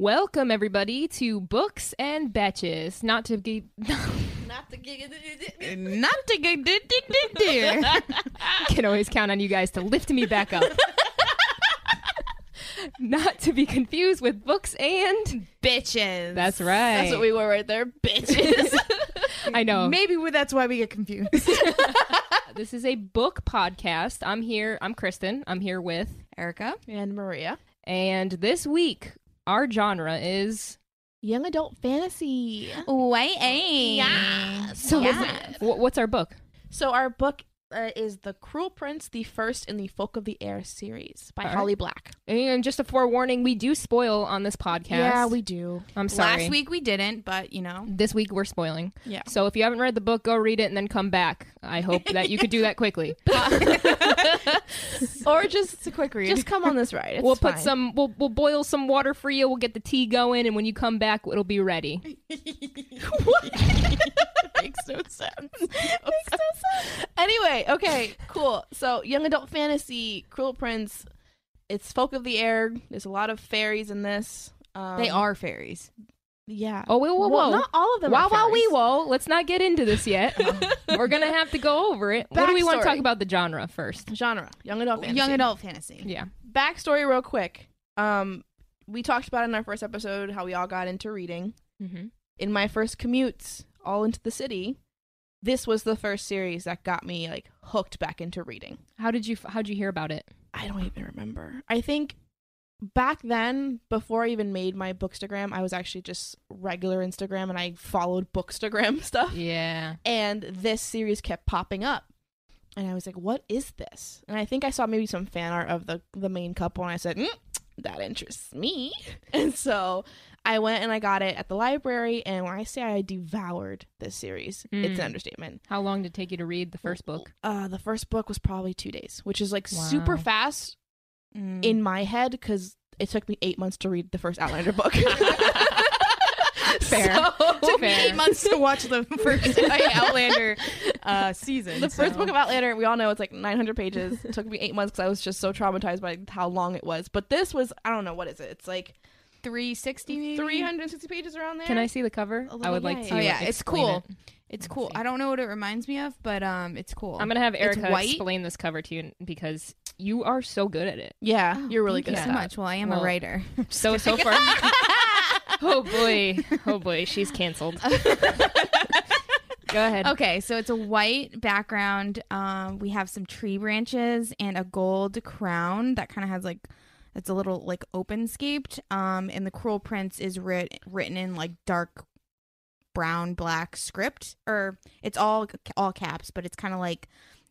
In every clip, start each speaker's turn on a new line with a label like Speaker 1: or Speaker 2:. Speaker 1: Welcome everybody to Books and Batches. Not to be
Speaker 2: Not the gig.
Speaker 3: Uh, Not to get did did did did.
Speaker 1: can always count on you guys to lift me back up. Not to be confused with books and
Speaker 3: Bitches.
Speaker 1: That's right.
Speaker 2: That's what we were right there, bitches.
Speaker 1: I know.
Speaker 3: Maybe we- that's why we get confused.
Speaker 1: This is a book podcast. I'm here. I'm Kristen. I'm here with
Speaker 3: Erica.
Speaker 2: and Maria.
Speaker 1: and this week our genre is
Speaker 2: Young adult fantasy.
Speaker 3: YA.
Speaker 1: so
Speaker 3: Yeah.
Speaker 1: wh- what's our book?
Speaker 2: So our book uh, is The Cruel Prince, the first in the Folk of the Air series by
Speaker 1: All right.
Speaker 2: Holly Black.
Speaker 1: And just a forewarning, we do spoil on this podcast.
Speaker 2: do.
Speaker 1: I'm sorry.
Speaker 3: Last week we didn't, but you know.
Speaker 1: this week we're spoiling.
Speaker 3: Yeah.
Speaker 1: So if you haven't read the book, go read it and then come back. I hope that you could do that quickly.
Speaker 2: Or just a quick
Speaker 3: read.
Speaker 2: Just come on this ride. It's
Speaker 1: we'll put
Speaker 2: fine.
Speaker 1: some we'll we'll boil some water for you. We'll get the tea going and when you come back it'll be ready.
Speaker 2: makes no sense. makes no sense. Anyway, okay, cool. So, young adult fantasy, Cruel Prince. It's folk of the air. There's a lot of fairies in this. Um,
Speaker 3: They are fairies.
Speaker 2: yeah.
Speaker 1: Oh, whoa, whoa,
Speaker 2: Well,
Speaker 1: whoa.
Speaker 2: not all of them.
Speaker 1: Wow,
Speaker 2: are
Speaker 1: wow, wee,
Speaker 2: fairies.
Speaker 1: whoa. Let's not get into this yet. We're going to have to go over it. What do we want to
Speaker 2: Uh-huh. Backstory.
Speaker 1: talk about the genre first?
Speaker 2: genre young adult fantasy.
Speaker 3: Young adult fantasy.
Speaker 1: Yeah.
Speaker 2: backstory real quick um we talked about in our first episode how we all got into reading
Speaker 1: Mm-hmm.
Speaker 2: in my first commutes all into the city this was the first series that got me like hooked back into reading
Speaker 1: How did you f- how'd you hear about it?
Speaker 2: i don't even remember i think back then before i even made my bookstagram i was actually just regular instagram and i followed bookstagram stuff
Speaker 1: Yeah.
Speaker 2: and this series kept popping up and i was like what is this and i think i saw maybe some fan art of the the main couple and i said mm, that interests me and so i went and i got it at the library and when i say i devoured this series it's
Speaker 1: Mm.
Speaker 2: an understatement
Speaker 1: How long did it take you to read the first book?
Speaker 2: uh the first book was probably two days which is like super
Speaker 1: Wow. Hmm.
Speaker 2: fast
Speaker 3: Mm.
Speaker 2: in my head because it took me eight months to read the first outlander book
Speaker 1: Fair.
Speaker 2: So-
Speaker 3: took me
Speaker 1: Fair.
Speaker 3: eight months to watch the first Outlander uh, season.
Speaker 2: The first
Speaker 3: so-
Speaker 2: book of Outlander, we all know it's like 900 pages. It took me eight months because I was just so traumatized by how long it was. But this was, I don't know, what is it? It's like
Speaker 3: 360 maybe?
Speaker 2: 360 pages around there.
Speaker 1: Can I see the cover?
Speaker 2: A
Speaker 1: I
Speaker 2: little
Speaker 1: would like
Speaker 2: yay.
Speaker 1: to.
Speaker 3: Oh, yeah, it's
Speaker 1: explain
Speaker 3: cool.
Speaker 1: it.
Speaker 3: It's cool.
Speaker 1: see.
Speaker 3: I don't know what it reminds me of, but um, it's cool.
Speaker 1: I'm gonna have
Speaker 3: It's
Speaker 1: Erica
Speaker 3: white.
Speaker 1: explain this cover to you because you are so good at it.
Speaker 2: Yeah,
Speaker 3: Oh,
Speaker 2: you're really
Speaker 3: thank
Speaker 2: good
Speaker 3: you so
Speaker 2: at that.
Speaker 3: much. Well, I am
Speaker 1: Well,
Speaker 3: a writer.
Speaker 1: So so far. oh boy, oh boy, she's canceled. Go ahead.
Speaker 3: Okay, so it's a white background. Um, we have some tree branches and a gold crown that kind of has like it's a little like open scaped. Um, and the cruel prince is writ- written in like dark brown black script, or it's all all caps, but it's kind of like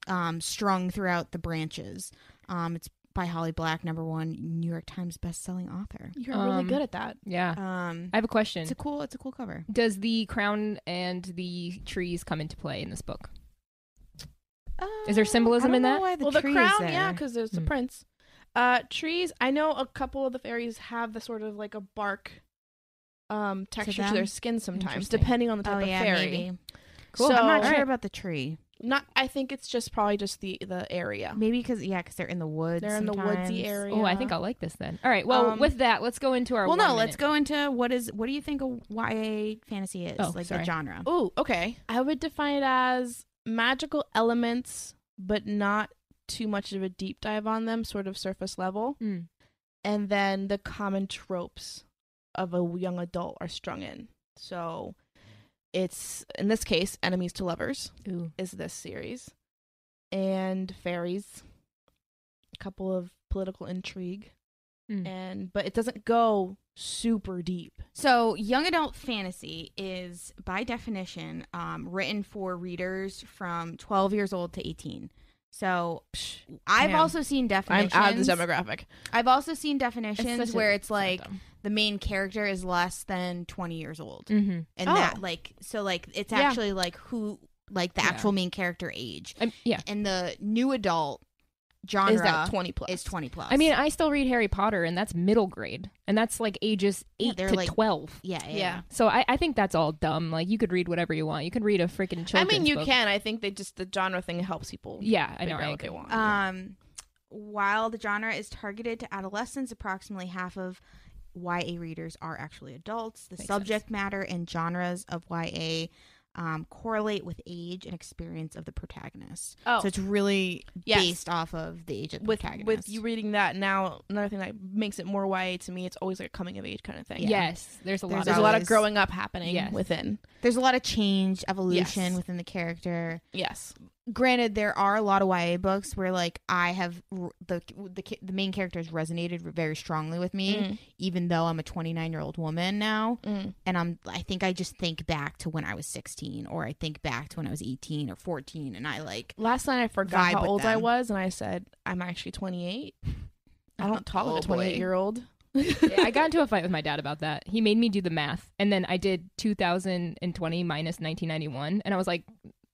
Speaker 3: um, strung throughout the branches. Um, it's by Holly Black, number one New York Times best-selling author.
Speaker 2: You're
Speaker 1: Um,
Speaker 2: really good at that.
Speaker 1: Yeah,
Speaker 3: Um,
Speaker 1: I have a question.
Speaker 3: it's a cool, it's a cool cover.
Speaker 1: Does the crown and the trees come into play in this book? Is there symbolism
Speaker 3: I don't
Speaker 1: in
Speaker 3: know
Speaker 1: that?
Speaker 3: why the
Speaker 2: Uh, well, the
Speaker 3: tree is
Speaker 2: crown,
Speaker 3: there.
Speaker 2: yeah, because there's the
Speaker 1: Hmm.
Speaker 2: prince. Uh, trees, I know a couple of the fairies have the sort of like a bark um texture to,
Speaker 3: them?
Speaker 2: their skin sometimes,
Speaker 1: Interesting.
Speaker 2: depending on the type of fairy.
Speaker 1: Cool.
Speaker 2: So,
Speaker 3: I'm Oh, not
Speaker 1: All
Speaker 3: sure
Speaker 1: right.
Speaker 3: about the tree.
Speaker 2: not, I think it's just probably just the the area.
Speaker 3: Maybe because yeah, because they're in the woods.
Speaker 2: They're in the woodsy
Speaker 3: sometimes.
Speaker 2: area.
Speaker 1: Oh, I think I'll like this then. All right. Well,
Speaker 2: Um,
Speaker 1: with that, let's go into our.
Speaker 3: Well, no,
Speaker 1: one minute.
Speaker 3: let's go into what is what do you think a YA fantasy is
Speaker 1: Oh,
Speaker 3: like
Speaker 1: sorry.
Speaker 3: the genre?
Speaker 2: Oh, okay. I would define it as magical elements, but not too much of a deep dive on them, sort of surface level.
Speaker 1: Mm.
Speaker 2: And then the common tropes of a young adult are strung in. So it's, in this case, Enemies to Lovers
Speaker 1: Ooh.
Speaker 2: is this series, and Fairies, a couple of political intrigue. Hmm.
Speaker 1: Mm.
Speaker 2: And but it doesn't go super deep.
Speaker 3: So, young adult fantasy is by definition um, written for readers from 12 years old to 18. So, I've
Speaker 2: Damn.
Speaker 3: also seen definitions.
Speaker 2: I'm out of the demographic.
Speaker 3: I've also seen
Speaker 1: It's
Speaker 3: definitions
Speaker 1: such a-
Speaker 3: where it's
Speaker 1: so
Speaker 3: like
Speaker 1: dumb.
Speaker 3: the main character is less than 20 years old.
Speaker 1: Mhm.
Speaker 3: and
Speaker 2: Oh.
Speaker 3: that like so like it's
Speaker 2: Yeah.
Speaker 3: actually like who like the
Speaker 1: Yeah.
Speaker 3: actual main character age
Speaker 1: I'm- yeah.
Speaker 3: and the new adult genre
Speaker 2: Is that twenty plus?
Speaker 3: is 20 plus
Speaker 1: I mean, I still read Harry Potter, and that's middle grade, and that's like ages
Speaker 3: Yeah,
Speaker 1: eight
Speaker 3: they're
Speaker 1: to
Speaker 3: like-
Speaker 1: twelve.
Speaker 3: yeah yeah,
Speaker 2: Yeah.
Speaker 1: So I, I think that's all dumb. Like you could read whatever you want. You could read a freaking children's
Speaker 2: I mean, you
Speaker 1: book.
Speaker 2: can. I think they just the genre thing helps people.
Speaker 1: Yeah, I know.
Speaker 2: figure
Speaker 1: I
Speaker 2: out what they
Speaker 1: agree.
Speaker 2: want.
Speaker 3: um while the genre is targeted to adolescents approximately half of YA readers are actually adults. The
Speaker 1: Makes
Speaker 3: subject matter and genres of YA um, correlate with age and experience of the protagonist.
Speaker 2: Oh,
Speaker 3: So it's really
Speaker 2: Yes.
Speaker 3: based off of the age of the
Speaker 2: with
Speaker 3: protagonist.
Speaker 2: with you reading that now, another thing that makes it more YA to me, it's always like a coming of age kind of thing.
Speaker 1: Yes, there's a lot.
Speaker 3: There's
Speaker 2: there's
Speaker 1: of
Speaker 2: a lot of
Speaker 3: always-
Speaker 2: growing up happening
Speaker 1: Yes.
Speaker 2: within.
Speaker 3: There's a lot of change, evolution
Speaker 2: Yes.
Speaker 3: within the character.
Speaker 2: Yes,
Speaker 3: Granted, there are a lot of YA books where like I have r- the the ki- the main characters resonated very strongly with me, even though I'm a 29 year old woman now.
Speaker 2: Mm.
Speaker 3: and I'm I think I just think back to when I was 16 or I think back to when I was 18 or 14 and I like
Speaker 2: Last night I
Speaker 3: Vibe
Speaker 2: forgot how
Speaker 3: with
Speaker 2: old I
Speaker 3: them.
Speaker 2: was, and I said I'm actually 28. I don't talk
Speaker 1: Oh,
Speaker 2: like a 28
Speaker 1: boy.
Speaker 2: year old.
Speaker 1: Yeah, I got into a fight with my dad about that. He made me do the math, and then I did 2020 minus 1991, and I was like,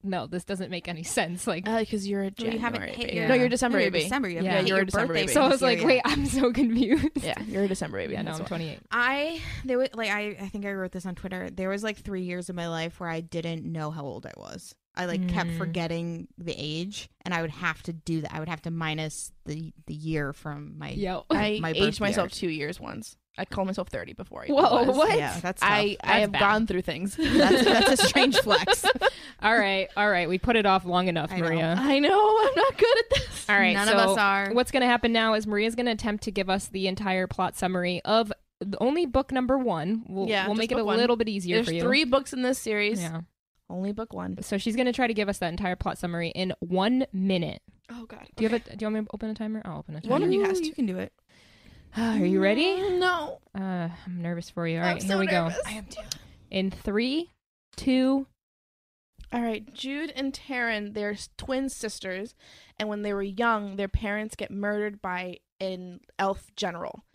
Speaker 1: "No, this doesn't make any sense." Like,
Speaker 2: because you're a January
Speaker 3: you haven't hit
Speaker 2: baby.
Speaker 3: your
Speaker 2: no, you're a December
Speaker 3: no,
Speaker 2: baby.
Speaker 3: December you haven't
Speaker 1: Yeah,
Speaker 3: hit
Speaker 2: you're
Speaker 3: your
Speaker 2: a December
Speaker 3: birthday
Speaker 2: baby.
Speaker 1: so I
Speaker 3: this
Speaker 1: was like,
Speaker 3: year
Speaker 1: "Wait,
Speaker 3: yet.
Speaker 1: I'm so confused."
Speaker 2: Yeah, you're a December baby.
Speaker 1: yeah, no,
Speaker 2: that's
Speaker 1: I'm 28.
Speaker 2: why.
Speaker 3: I there was like I I think I wrote this on Twitter there was like 3 years of my life where I didn't know how old I was. I like kept
Speaker 1: Mm.
Speaker 3: forgetting the age and I would have to do that I would have to minus the the year from my
Speaker 1: Yo,
Speaker 2: I
Speaker 3: my birth
Speaker 2: aged myself
Speaker 3: year.
Speaker 2: two years once. I called myself 30 before I. even
Speaker 1: Whoa,
Speaker 2: was.
Speaker 1: what?
Speaker 3: Yeah, that's tough.
Speaker 2: I I
Speaker 1: That's
Speaker 2: have
Speaker 1: bad.
Speaker 2: gone through things.
Speaker 3: that's, that's a strange flex.
Speaker 1: all right, all right. We put it off long enough,
Speaker 3: I know.
Speaker 1: Maria.
Speaker 2: I know I'm not good at this.
Speaker 1: All right,
Speaker 3: None
Speaker 1: so
Speaker 3: of us are.
Speaker 2: Uh-huh.
Speaker 1: What's going to happen now is Maria's going to attempt to give us the entire plot summary of the only book number one. We'll,
Speaker 2: Yeah,
Speaker 1: we'll
Speaker 2: just
Speaker 1: make it
Speaker 2: book
Speaker 1: a
Speaker 2: one.
Speaker 1: little bit easier
Speaker 2: There's
Speaker 1: for you.
Speaker 2: three books in this series.
Speaker 1: Yeah.
Speaker 2: Only book one.
Speaker 1: So she's going to try to give us that entire plot summary in one minute.
Speaker 2: Oh God.
Speaker 1: Do you have a? Do you want me to open a timer? I'll open a timer. Ah,
Speaker 2: One of you has to.
Speaker 3: you can do it.
Speaker 1: uh, Are you ready?
Speaker 2: No.
Speaker 1: Uh, I'm nervous for you. All
Speaker 2: I'm
Speaker 1: right,
Speaker 2: so
Speaker 1: here we
Speaker 2: nervous.
Speaker 1: go. In three, two,
Speaker 2: All right, Jude and Taryn, they're s- twin sisters, and when they were young, their parents get murdered by an elf general.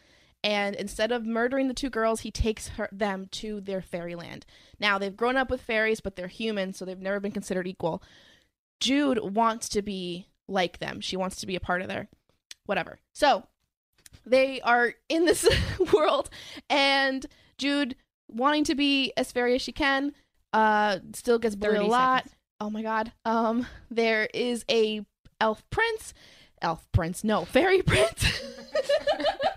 Speaker 2: And instead of murdering the two girls, he takes her, them to their fairyland. Now, they've grown up with fairies, but they're human, so they've never been considered equal. Jude wants to be like them. She wants to be a part of their whatever. So, they are in this world, and Jude, wanting to be as fairy as she can, uh, still gets bullied
Speaker 1: 30
Speaker 2: a lot oh my god um there is a elf prince elf prince no fairy prince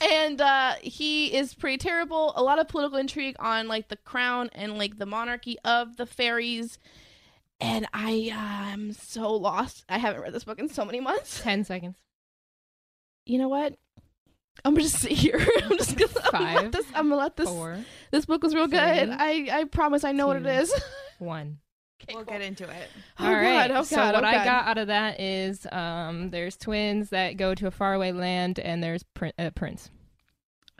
Speaker 2: and uh he is pretty terrible a lot of political intrigue on like the crown and like the monarchy of the fairies and i uh, am so lost i haven't read this book in so many months
Speaker 1: ten seconds.
Speaker 2: you know what i'm gonna just sit here i'm just gonna I'm gonna
Speaker 1: Five,
Speaker 2: let this i'm gonna let this
Speaker 1: Four,
Speaker 2: this book was real good
Speaker 1: three,
Speaker 2: i i promise i know what it
Speaker 1: two.
Speaker 2: is
Speaker 1: one.
Speaker 2: Okay,
Speaker 3: We'll
Speaker 2: cool.
Speaker 3: get into it.
Speaker 2: Oh
Speaker 1: All right.
Speaker 2: God, oh
Speaker 1: so
Speaker 2: God,
Speaker 1: what
Speaker 2: oh
Speaker 1: I
Speaker 2: God.
Speaker 1: got out of that is um, there's twins that go to a faraway land, and there's prin- uh, prince.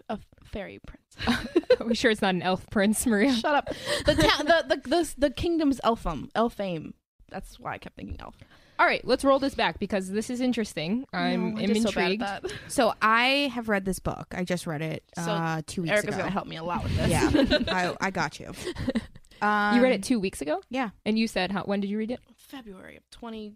Speaker 2: a fairy prince.
Speaker 1: Are we sure it's not an elf prince, Maria?
Speaker 2: Shut up. The, ta- the the the the kingdom's elfum, elfame. That's why I kept thinking elf.
Speaker 1: All right, let's roll this back because this is interesting. I'm,
Speaker 2: No,
Speaker 1: I'm
Speaker 2: just so bad at
Speaker 1: intrigued.
Speaker 2: that.
Speaker 3: So I have read this book. I just read it
Speaker 2: So
Speaker 3: uh, two weeks
Speaker 2: Erica's
Speaker 3: ago.
Speaker 2: gonna help me a lot with this.
Speaker 3: Yeah, I, I got you. Um,
Speaker 1: you read it two weeks ago,
Speaker 3: yeah.
Speaker 1: and you said how, when did you read it?
Speaker 2: February of twenty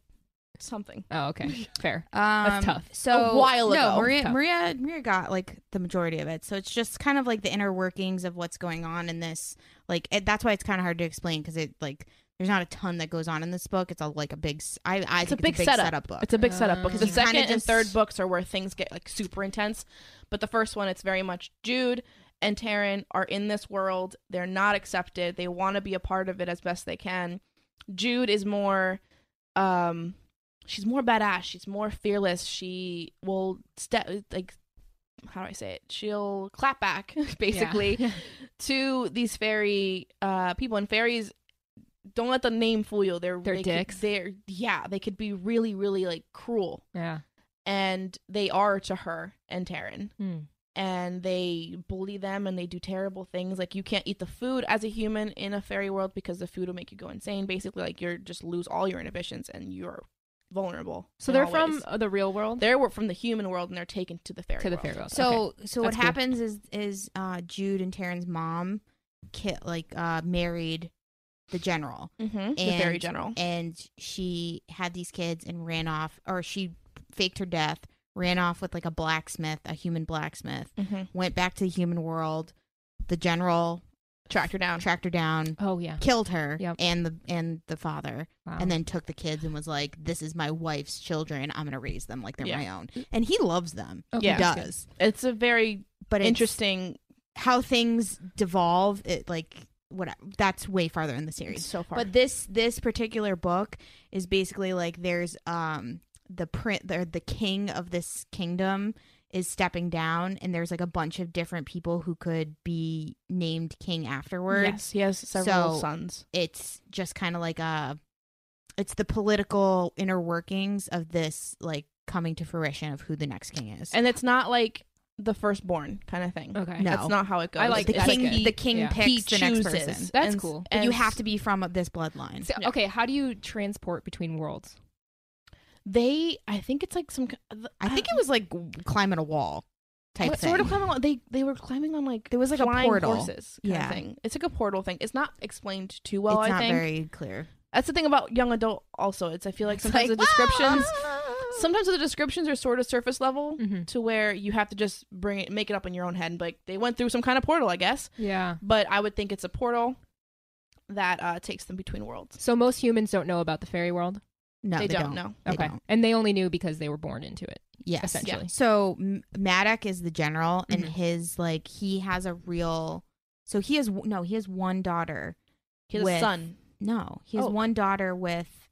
Speaker 2: something.
Speaker 1: Oh, okay, fair.
Speaker 3: Um,
Speaker 1: tough.
Speaker 3: So
Speaker 2: A while
Speaker 3: no,
Speaker 2: ago.
Speaker 3: Maria,
Speaker 1: Tough.
Speaker 3: Maria, Maria got like the majority of it. So it's just kind of like the inner workings of what's going on in this. Like it, that's why it's kind of hard to explain because it like there's not a ton that goes on in this book. It's a like a big. s- I I
Speaker 2: It's
Speaker 3: think
Speaker 2: a big
Speaker 3: it's a big
Speaker 2: setup.
Speaker 3: book.
Speaker 2: It's a big setup book.
Speaker 1: Um,
Speaker 2: The
Speaker 1: You
Speaker 3: kinda
Speaker 2: second and
Speaker 3: just-
Speaker 2: third books are where things get like super intense, but the first one it's very much Jude and Taryn are in this world. They're not accepted. They want to be a part of it as best they can. Jude is more um she's more badass. She's more fearless. She will step like how do I say it? She'll clap back basically
Speaker 1: Yeah.
Speaker 2: to these fairy uh people and fairies don't let the name fool you. They're
Speaker 1: They're
Speaker 2: they could-
Speaker 1: dicks.
Speaker 2: they're yeah, they could be really really like cruel
Speaker 1: yeah.
Speaker 2: and they are to her and Taryn
Speaker 1: Hmm.
Speaker 2: and they bully them and they do terrible things like you can't eat the food as a human in a fairy world because the food will make you go insane basically like you're just lose all your inhibitions and you're vulnerable
Speaker 1: So
Speaker 2: in
Speaker 1: they're
Speaker 2: all
Speaker 1: from
Speaker 2: ways.
Speaker 1: uh, the real world
Speaker 2: they're wor- from the human world and they're taken to the fairy
Speaker 1: to the
Speaker 2: world.
Speaker 1: fair world.
Speaker 3: So so what
Speaker 1: That's cool.
Speaker 3: happens is is uh, Jude and Taryn's mom, kit like uh, married the general.
Speaker 2: hmm the fairy
Speaker 3: And-
Speaker 2: general
Speaker 3: and she had these kids and ran off or she faked her death ran off with like a blacksmith a human blacksmith
Speaker 2: mm-hmm.
Speaker 3: went back to the human world the general
Speaker 2: tracked her down
Speaker 3: tracked her down
Speaker 1: oh yeah,
Speaker 3: killed her
Speaker 1: Yep.
Speaker 3: and the and the father
Speaker 1: wow.
Speaker 3: and then took the kids and was like this is my wife's children i'm gonna raise them like they're
Speaker 2: Yeah.
Speaker 3: my own and he loves them
Speaker 1: Okay,
Speaker 2: Yeah.
Speaker 3: he
Speaker 1: that's good.
Speaker 3: does
Speaker 2: it's a very
Speaker 3: but it's
Speaker 2: Interesting.
Speaker 3: how things devolve. It like what that's way farther in the series.
Speaker 2: So far,
Speaker 3: But this this particular book is basically like there's um the print the the king of this kingdom is stepping down and there's like a bunch of different people who could be named king afterwards.
Speaker 2: yes, he has several
Speaker 3: So-
Speaker 2: sons.
Speaker 3: It's just kind of like a it's the political inner workings of this like coming to fruition of who the next king is.
Speaker 2: And it's not like the firstborn kind of thing.
Speaker 1: Okay.
Speaker 3: No.
Speaker 2: That's not how it goes.
Speaker 1: I like
Speaker 3: the
Speaker 1: that.
Speaker 2: It's
Speaker 1: That's
Speaker 3: king
Speaker 1: good.
Speaker 3: the king
Speaker 1: Yeah.
Speaker 3: picks
Speaker 2: he
Speaker 3: the next
Speaker 2: chooses.
Speaker 3: person.
Speaker 1: That's
Speaker 2: And-
Speaker 1: cool.
Speaker 3: But you
Speaker 2: and
Speaker 3: have to be from this bloodline.
Speaker 1: So,
Speaker 2: Yeah.
Speaker 1: Okay, how do you transport between worlds?
Speaker 2: They, I think it's like some. uh,
Speaker 3: I think it was like climbing a wall type
Speaker 2: what
Speaker 3: thing.
Speaker 2: um, sort of climbing on they they were climbing on like
Speaker 3: There was, like, a
Speaker 2: flying
Speaker 3: portal.
Speaker 2: horses kind
Speaker 3: Yeah.
Speaker 2: of thing. It's like a portal thing. It's not explained too well.
Speaker 3: it's
Speaker 2: I
Speaker 3: not
Speaker 2: think
Speaker 3: very clear.
Speaker 2: that's the thing about young adult. Also, it's I feel like sometimes the descriptions sometimes the descriptions are sort of surface level
Speaker 3: Mm.
Speaker 1: Mm-hmm.
Speaker 2: to where you have to just bring it make it up in your own head and be like they went through some kind of portal, I guess.
Speaker 1: Yeah.
Speaker 2: But I would think it's a portal that uh, takes them between worlds.
Speaker 1: So most humans don't know about the fairy world.
Speaker 3: no,
Speaker 2: they, don't, know.
Speaker 3: They
Speaker 1: okay.
Speaker 3: don't.
Speaker 1: And they only knew because they were born into it,
Speaker 3: Yes.
Speaker 1: essentially.
Speaker 3: So M- Maddox is the general, and
Speaker 1: Mhm.
Speaker 2: Mm-hmm.
Speaker 3: his like he has a real. So he has no. He has one daughter.
Speaker 2: He has a
Speaker 3: With-
Speaker 2: son.
Speaker 3: No, he has
Speaker 2: Oh.
Speaker 3: one daughter with,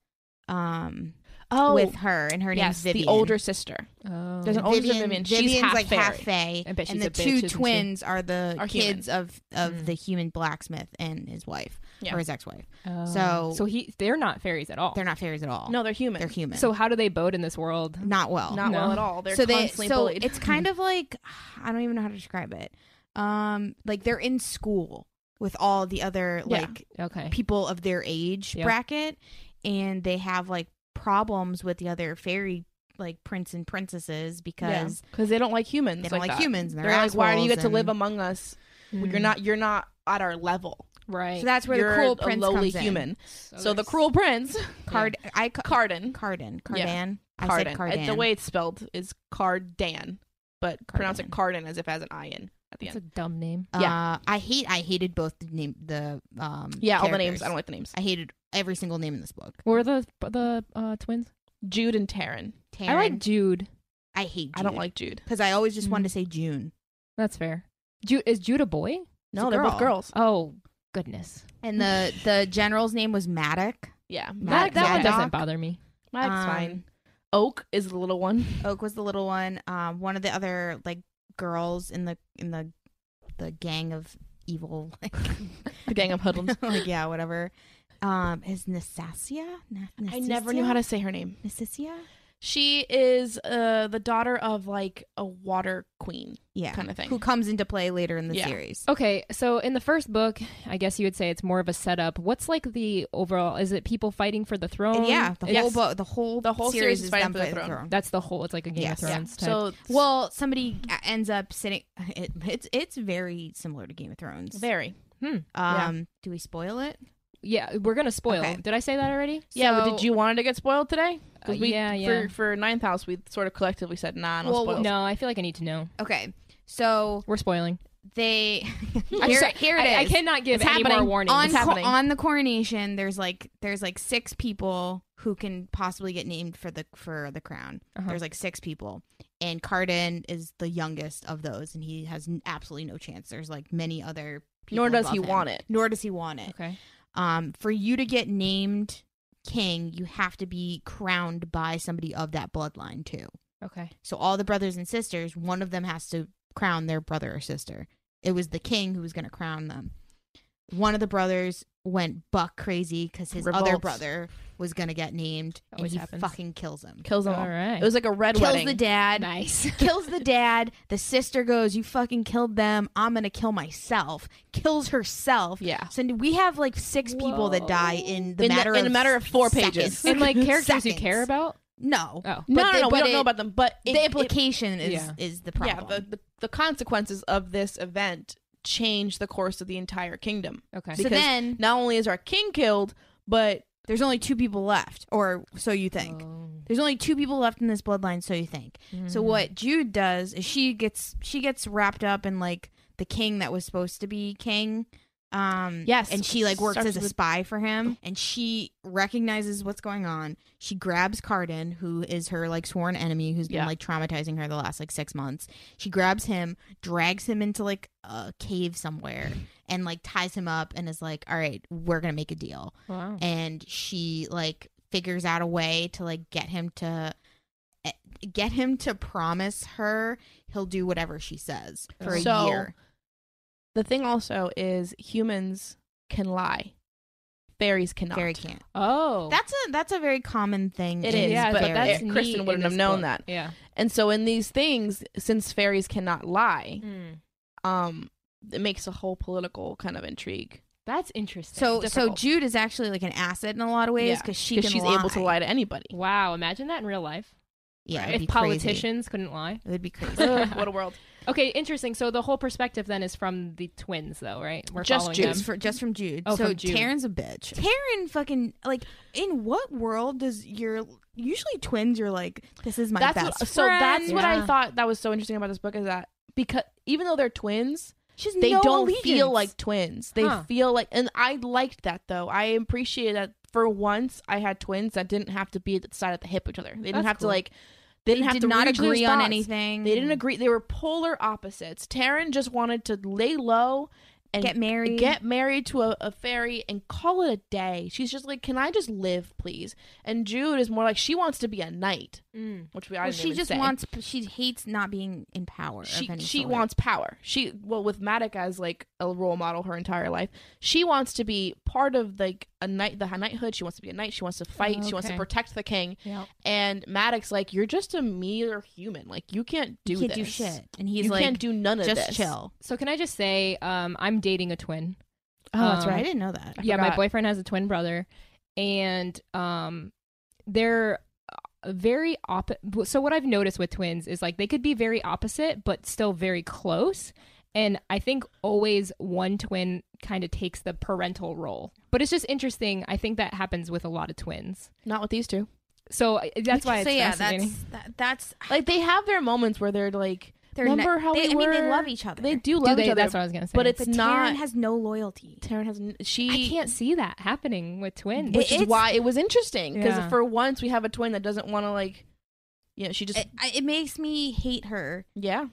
Speaker 3: um,
Speaker 2: Oh,
Speaker 3: with her, and her
Speaker 2: yes,
Speaker 3: name's Vivian.
Speaker 2: the older sister.
Speaker 1: Oh.
Speaker 2: There's an older Vivian. She's
Speaker 3: Vivian's
Speaker 2: half
Speaker 3: like
Speaker 2: fairy.
Speaker 3: half fae,
Speaker 1: I bet she's
Speaker 3: and the
Speaker 1: a bitch,
Speaker 3: two
Speaker 1: isn't she?
Speaker 3: twins are the
Speaker 2: Are human.
Speaker 3: kids of of
Speaker 1: Mm.
Speaker 3: the human blacksmith and his wife
Speaker 2: Yeah.
Speaker 3: or his ex wife.
Speaker 1: Oh.
Speaker 3: So-
Speaker 1: so he they're not fairies at all.
Speaker 3: They're not fairies at all.
Speaker 2: No, they're human.
Speaker 3: Oh, they're human.
Speaker 1: so how do they boat in this world?
Speaker 3: not well.
Speaker 2: not
Speaker 1: No.
Speaker 2: well at all. They're
Speaker 3: so they
Speaker 2: constantly
Speaker 3: so
Speaker 2: bullied.
Speaker 3: it's kind of like I don't even know how to describe it. Um, like they're in school with all the other
Speaker 2: Yeah.
Speaker 3: like
Speaker 1: Okay.
Speaker 3: people of their age
Speaker 1: Yeah.
Speaker 3: bracket, and they have like problems with the other fairy like prince and princesses because
Speaker 2: because they don't like humans.
Speaker 3: they don't like,
Speaker 2: that.
Speaker 3: humans. And
Speaker 2: They're like, why do you get to
Speaker 3: assholes
Speaker 2: live
Speaker 3: and-
Speaker 2: among us?
Speaker 1: Mm.
Speaker 2: You're not. You're not at our level.
Speaker 1: right.
Speaker 3: So that's where
Speaker 2: you're
Speaker 3: the cruel
Speaker 2: a
Speaker 3: prince
Speaker 2: lowly
Speaker 3: comes in.
Speaker 2: human.
Speaker 1: So,
Speaker 2: So the
Speaker 1: there's-
Speaker 2: cruel prince,
Speaker 3: Card, I ca-
Speaker 2: Cardin.
Speaker 3: Cardin, Cardan.
Speaker 2: Yeah.
Speaker 3: I said
Speaker 2: Cardin.
Speaker 3: Cardan.
Speaker 2: It's the way it's spelled is Cardan, but pronounce it
Speaker 3: Cardan.
Speaker 2: Cardin as if it has an I in at the
Speaker 1: That's
Speaker 2: end.
Speaker 1: a dumb name.
Speaker 3: Uh,
Speaker 2: yeah.
Speaker 3: I hate. I hated both the name. The um.
Speaker 2: yeah, all the names.
Speaker 3: characters.
Speaker 2: I don't like the names.
Speaker 3: I hated every single name in this book.
Speaker 1: Were the the uh, twins?
Speaker 2: Jude and Taryn.
Speaker 3: Taryn,
Speaker 1: I like Jude.
Speaker 3: I hate. Jude.
Speaker 2: I don't like Jude.
Speaker 3: because I always just wanted to
Speaker 1: Mhm.
Speaker 2: Mm-hmm.
Speaker 3: say June.
Speaker 1: That's fair. Jude is Jude a boy?
Speaker 2: No,
Speaker 3: a
Speaker 2: they're both
Speaker 3: girl.
Speaker 2: girls.
Speaker 1: Oh goodness.
Speaker 3: And the the general's name was Maddox.
Speaker 2: Yeah,
Speaker 1: That
Speaker 3: Maddox-
Speaker 1: that one
Speaker 3: Maddox.
Speaker 1: doesn't bother me.
Speaker 2: Maddox
Speaker 3: Um,
Speaker 2: fine. Oak is the little one.
Speaker 3: Oak was the little one. Um, one of the other like girls in the in the the gang of evil, like,
Speaker 2: The gang of hoodlums.
Speaker 3: like, yeah, whatever. Um, is Nassasia? Na-
Speaker 2: I never knew how to say her name.
Speaker 3: Nassasia.
Speaker 2: She is uh, the daughter of like a water queen.
Speaker 3: Yeah,
Speaker 2: Kinda thing.
Speaker 3: Who comes into play later in the
Speaker 2: Yeah.
Speaker 3: series?
Speaker 1: Okay, so in the first book, I guess you would say it's more of a setup. What's like the overall? Is it people fighting for the throne?
Speaker 3: yeah, the whole
Speaker 2: Yes.
Speaker 3: book, the whole
Speaker 2: Um, The whole series is fighting
Speaker 3: them
Speaker 2: for the
Speaker 3: fighting
Speaker 2: throne.
Speaker 1: That's the whole. It's like a Game
Speaker 3: Yes.
Speaker 1: of
Speaker 3: Yeah.
Speaker 1: Thrones type.
Speaker 2: So well,
Speaker 3: Well, somebody uh, ends up sitting. It, it's it's very similar to Game of Thrones.
Speaker 2: very.
Speaker 3: Um, do we spoil it?
Speaker 1: yeah, we're gonna spoil.
Speaker 3: Okay.
Speaker 1: Did I say that already?
Speaker 2: yeah, but
Speaker 3: So-
Speaker 2: did you want it to get spoiled today? 'Cause
Speaker 1: Uh,
Speaker 2: we,
Speaker 1: yeah,
Speaker 2: for,
Speaker 1: yeah.
Speaker 2: For ninth house, we sort of collectively said, "Nah, no
Speaker 3: Well,
Speaker 2: spoils."
Speaker 1: No, I feel like I need to know.
Speaker 3: Okay, so
Speaker 1: We're spoiling.
Speaker 3: they
Speaker 1: I'm
Speaker 3: here,
Speaker 1: sorry.
Speaker 3: here it is.
Speaker 1: I, I cannot give
Speaker 2: It's
Speaker 1: any more
Speaker 2: happening.
Speaker 1: warnings.
Speaker 3: on
Speaker 2: It's
Speaker 3: co-
Speaker 2: happening.
Speaker 3: on the coronation. There's like there's like six people who can possibly get named for the for the crown.
Speaker 1: Uh-huh.
Speaker 3: There's like six people, and Cardin is the youngest of those, and he has n- absolutely no chance. There's like many other. people
Speaker 2: Nor does
Speaker 3: above
Speaker 2: he
Speaker 3: him.
Speaker 2: want it.
Speaker 3: Nor does he want it.
Speaker 1: okay.
Speaker 3: um, for you to get named king, you have to be crowned by somebody of that bloodline too.
Speaker 1: Okay.
Speaker 3: So all the brothers and sisters, one of them has to crown their brother or sister. It was the king who was going to crown them. One of the brothers went buck crazy because his other
Speaker 2: Revolts.
Speaker 3: brother was going to get named, and
Speaker 1: Always
Speaker 3: he
Speaker 1: happens.
Speaker 3: fucking kills him.
Speaker 2: Kills them
Speaker 1: All
Speaker 2: all.
Speaker 1: right.
Speaker 2: It was like a red
Speaker 3: Kills
Speaker 2: wedding.
Speaker 3: the dad.
Speaker 1: nice.
Speaker 3: kills the dad. The sister goes, "You fucking killed them. I'm gonna kill myself." Kills herself.
Speaker 2: Yeah.
Speaker 3: So we have like six people that die in the
Speaker 2: In the-
Speaker 3: matter
Speaker 2: in
Speaker 3: of
Speaker 2: a matter of four
Speaker 3: seconds.
Speaker 2: pages.
Speaker 1: and like characters you
Speaker 3: Seconds.
Speaker 1: care about.
Speaker 3: No.
Speaker 1: Oh.
Speaker 2: no,
Speaker 3: But
Speaker 2: no,
Speaker 3: they-
Speaker 2: no, we
Speaker 3: but
Speaker 2: don't
Speaker 3: it-
Speaker 2: know about them, but it,
Speaker 3: the
Speaker 2: it-
Speaker 3: implication is
Speaker 1: yeah.
Speaker 3: is the
Speaker 2: yeah,
Speaker 3: problem.
Speaker 2: the, the the consequences of this event change the course of the entire kingdom.
Speaker 1: Okay.
Speaker 3: so
Speaker 2: because
Speaker 3: then
Speaker 2: Not only is our king killed, but
Speaker 3: there's only two people left, or so you think.
Speaker 1: Oh.
Speaker 3: There's only two people left in this bloodline, so you think. So
Speaker 2: Mm-hmm.
Speaker 3: what Jude does is she gets she gets wrapped up in like the king that was supposed to be king Um,
Speaker 2: Yes.
Speaker 3: and she like works
Speaker 2: Starts
Speaker 3: as a
Speaker 2: with- Oh.
Speaker 3: spy for him, and she recognizes what's going on. She grabs Cardin, who is her like sworn enemy, who's been
Speaker 2: Yeah.
Speaker 3: like traumatizing her the last like six months. She grabs him, drags him into like a cave somewhere, and like ties him up, and is like, "All right, we're gonna make a deal."
Speaker 1: Wow.
Speaker 3: and she like figures out a way to like get him to eh, get him to promise her he'll do whatever she says for a
Speaker 2: So-
Speaker 3: year.
Speaker 2: The thing also is humans can lie. Fairies cannot.
Speaker 3: Fairy can't.
Speaker 1: Oh.
Speaker 3: That's a that's a very common thing.
Speaker 2: It
Speaker 3: in
Speaker 2: is,
Speaker 1: yeah,
Speaker 2: but
Speaker 1: but
Speaker 3: fairy.
Speaker 1: that's
Speaker 2: it- Kristen
Speaker 1: neat in
Speaker 2: wouldn't have
Speaker 1: this
Speaker 2: known
Speaker 1: book.
Speaker 2: that.
Speaker 1: Yeah.
Speaker 2: And so in these things, since fairies cannot lie,
Speaker 3: Mm-hmm.
Speaker 2: um, it makes a whole political kind of intrigue.
Speaker 1: That's interesting.
Speaker 3: so so
Speaker 2: difficult.
Speaker 3: Jude is actually like an asset in a lot of ways
Speaker 2: Yeah,
Speaker 3: because she
Speaker 2: Because
Speaker 3: can
Speaker 2: she's able to lie to anybody.
Speaker 1: wow, imagine that in real life.
Speaker 3: Yeah, it'd be
Speaker 1: if politicians couldn't lie.
Speaker 3: crazy. it would be crazy.
Speaker 2: Ugh, what a world.
Speaker 1: Okay, interesting. So the whole perspective then is from the twins, though, right? We're
Speaker 2: Just
Speaker 1: following
Speaker 3: Just
Speaker 1: them.
Speaker 3: for just from Jude.
Speaker 1: Oh,
Speaker 3: so
Speaker 1: from Jude.
Speaker 3: Taryn's a bitch. Taryn fucking like in what world does your usually twins you're like this is my
Speaker 2: that's
Speaker 3: best
Speaker 2: what, so that's
Speaker 3: friend.
Speaker 2: what I
Speaker 1: Yeah.
Speaker 2: thought that was so interesting about this book is that because even though they're twins,
Speaker 3: She has
Speaker 2: they
Speaker 3: no
Speaker 2: don't feel
Speaker 3: allegiance.
Speaker 2: like twins. They
Speaker 1: Huh.
Speaker 2: feel like and I liked that though. I appreciated that for once I had twins that didn't have to be at the side at the hip of each other. They didn't
Speaker 1: That's
Speaker 2: have
Speaker 1: cool.
Speaker 2: to like they didn't
Speaker 3: They
Speaker 2: have
Speaker 3: did
Speaker 2: to
Speaker 3: not
Speaker 2: reach loose
Speaker 3: agree on
Speaker 2: thoughts.
Speaker 3: anything.
Speaker 2: They didn't agree. They were polar opposites. Taryn just wanted to lay low and
Speaker 3: Get married.
Speaker 2: get married to a, a fairy and call it a day. She's just like, can I just live, please? And Jude is more like she wants to be a knight,
Speaker 1: Mm.
Speaker 2: which we I
Speaker 3: Well,
Speaker 2: didn't
Speaker 3: she
Speaker 2: even
Speaker 3: just
Speaker 2: say.
Speaker 3: wants. She hates not being in power.
Speaker 2: She
Speaker 3: of any
Speaker 2: she
Speaker 3: sort.
Speaker 2: wants power. She well with Madoc as like a role model her entire life. She wants to be part of like a knight, the knighthood. She wants to be a knight. She wants to fight. She wants to
Speaker 1: Okay.
Speaker 2: protect the king.
Speaker 1: Yeah.
Speaker 2: And Maddox like you're just a mere human. Like you can't do
Speaker 3: You can't do
Speaker 2: this.
Speaker 3: shit, and he's
Speaker 2: you
Speaker 3: like,
Speaker 2: can't do none of
Speaker 3: just
Speaker 2: this.
Speaker 3: chill.
Speaker 1: So can I just say, um, I'm dating a twin.
Speaker 2: Oh, that's
Speaker 1: Um,
Speaker 3: I
Speaker 2: right.
Speaker 3: didn't know that.
Speaker 1: yeah, my
Speaker 2: forgot.
Speaker 1: boyfriend has a twin brother, and um, they're uh, very opposite. So what I've noticed with twins is like they could be very opposite, but still very close. And I think always one twin kind of takes the parental role. But it's just interesting. I think that happens with a lot of twins.
Speaker 2: Not with these two.
Speaker 1: So I- that's why it's
Speaker 3: so yeah,
Speaker 1: fascinating.
Speaker 3: that's that, that's
Speaker 2: Like they have their moments where they're like,
Speaker 3: they're
Speaker 2: remember
Speaker 3: not,
Speaker 2: how
Speaker 3: they,
Speaker 2: we
Speaker 3: I mean, they
Speaker 2: were?
Speaker 3: love each other.
Speaker 2: they do
Speaker 1: Do
Speaker 2: love
Speaker 1: they-
Speaker 2: each other.
Speaker 1: that's what I was gonna say.
Speaker 2: but
Speaker 3: but
Speaker 2: it's not.
Speaker 3: Taryn has no loyalty.
Speaker 2: Taryn has n- she.
Speaker 1: I can't see that happening with twins.
Speaker 2: which is
Speaker 3: it's-
Speaker 2: why it was interesting because
Speaker 1: Yeah.
Speaker 2: for once we have a twin that doesn't want to like. You know, she just
Speaker 3: It, I- it makes me hate her.
Speaker 2: yeah.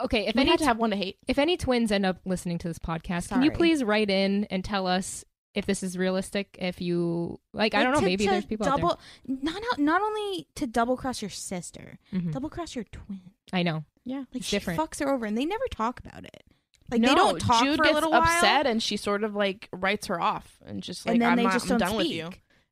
Speaker 1: okay, if
Speaker 2: we
Speaker 1: any
Speaker 2: had to have one to hate.
Speaker 1: if any twins end up listening to this podcast, can you
Speaker 3: Sorry.
Speaker 1: please write in and tell us if this is realistic? If you like, I
Speaker 3: Like,
Speaker 1: don't know,
Speaker 3: to-
Speaker 1: maybe
Speaker 3: to
Speaker 1: there's people
Speaker 3: double.
Speaker 1: out
Speaker 3: Not out- not only to double cross your sister,
Speaker 1: there.
Speaker 2: Mm-hmm.
Speaker 1: Mhm.
Speaker 3: double cross your twin.
Speaker 1: I know.
Speaker 2: Yeah.
Speaker 3: Like
Speaker 1: It's
Speaker 3: she
Speaker 1: different.
Speaker 3: fucks her over, and they never talk about it. Like they don't talk
Speaker 2: Jude
Speaker 3: for
Speaker 2: gets
Speaker 3: a little
Speaker 2: upset and she sort of like writes her off and just
Speaker 3: while,
Speaker 2: like
Speaker 3: and then
Speaker 2: I'm
Speaker 3: they
Speaker 2: not
Speaker 3: just don't
Speaker 2: I'm done
Speaker 3: speak.
Speaker 2: with you.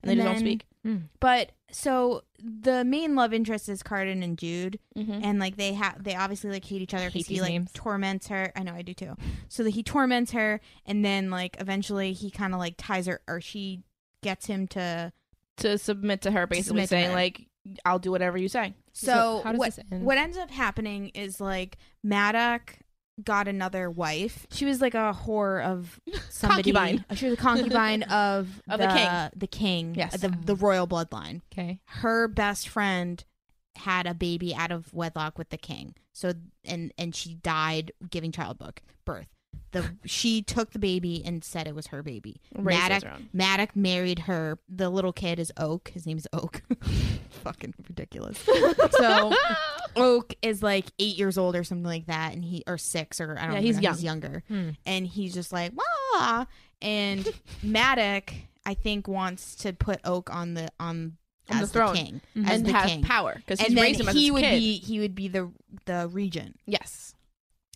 Speaker 2: And, they just don't
Speaker 3: then-
Speaker 2: speak.
Speaker 1: Mm.
Speaker 3: But so the main love interest is Cardin and Jude,
Speaker 2: Mm-hmm.
Speaker 3: and like they have they obviously like hate each other
Speaker 1: Hate
Speaker 3: because he
Speaker 1: these
Speaker 3: like
Speaker 1: names.
Speaker 3: torments her. I know I do too. So that he torments her, and then like eventually he kind of like ties her, or she gets him to.
Speaker 2: To submit to her, basically
Speaker 3: submit to
Speaker 2: saying
Speaker 3: her.
Speaker 2: like I'll do whatever you say.
Speaker 3: So,
Speaker 1: how does
Speaker 3: what
Speaker 1: this end?
Speaker 3: what ends up happening is like Maddox got another wife. She was like a whore of somebody.
Speaker 2: Concubine.
Speaker 3: She was a concubine of,
Speaker 2: Of the king.
Speaker 3: The king.
Speaker 2: Yes.
Speaker 3: The the royal bloodline.
Speaker 1: Okay.
Speaker 3: her best friend had a baby out of wedlock with the king. So and and she died giving childbirth. Birth. The she took the baby and said it was her baby.
Speaker 2: Raises
Speaker 3: Maddox
Speaker 2: her own.
Speaker 3: Maddox married her. The little kid is Oak. His name's Oak. Fucking ridiculous. so Oak is like eight years old or something like that, and he or six or I don't
Speaker 2: Yeah,
Speaker 3: know.
Speaker 2: he's
Speaker 3: He's younger,
Speaker 1: Hmm.
Speaker 3: and he's just like wah. And Maddox, I think, wants to put Oak on the on,
Speaker 2: On the
Speaker 3: as
Speaker 2: throne. Mm-hmm.
Speaker 3: king, as
Speaker 2: and
Speaker 3: the
Speaker 2: has
Speaker 3: king.
Speaker 2: power because he's
Speaker 3: and then
Speaker 2: raised him as
Speaker 3: he
Speaker 2: his
Speaker 3: would
Speaker 2: kid.
Speaker 3: be he would be the the regent
Speaker 2: yes.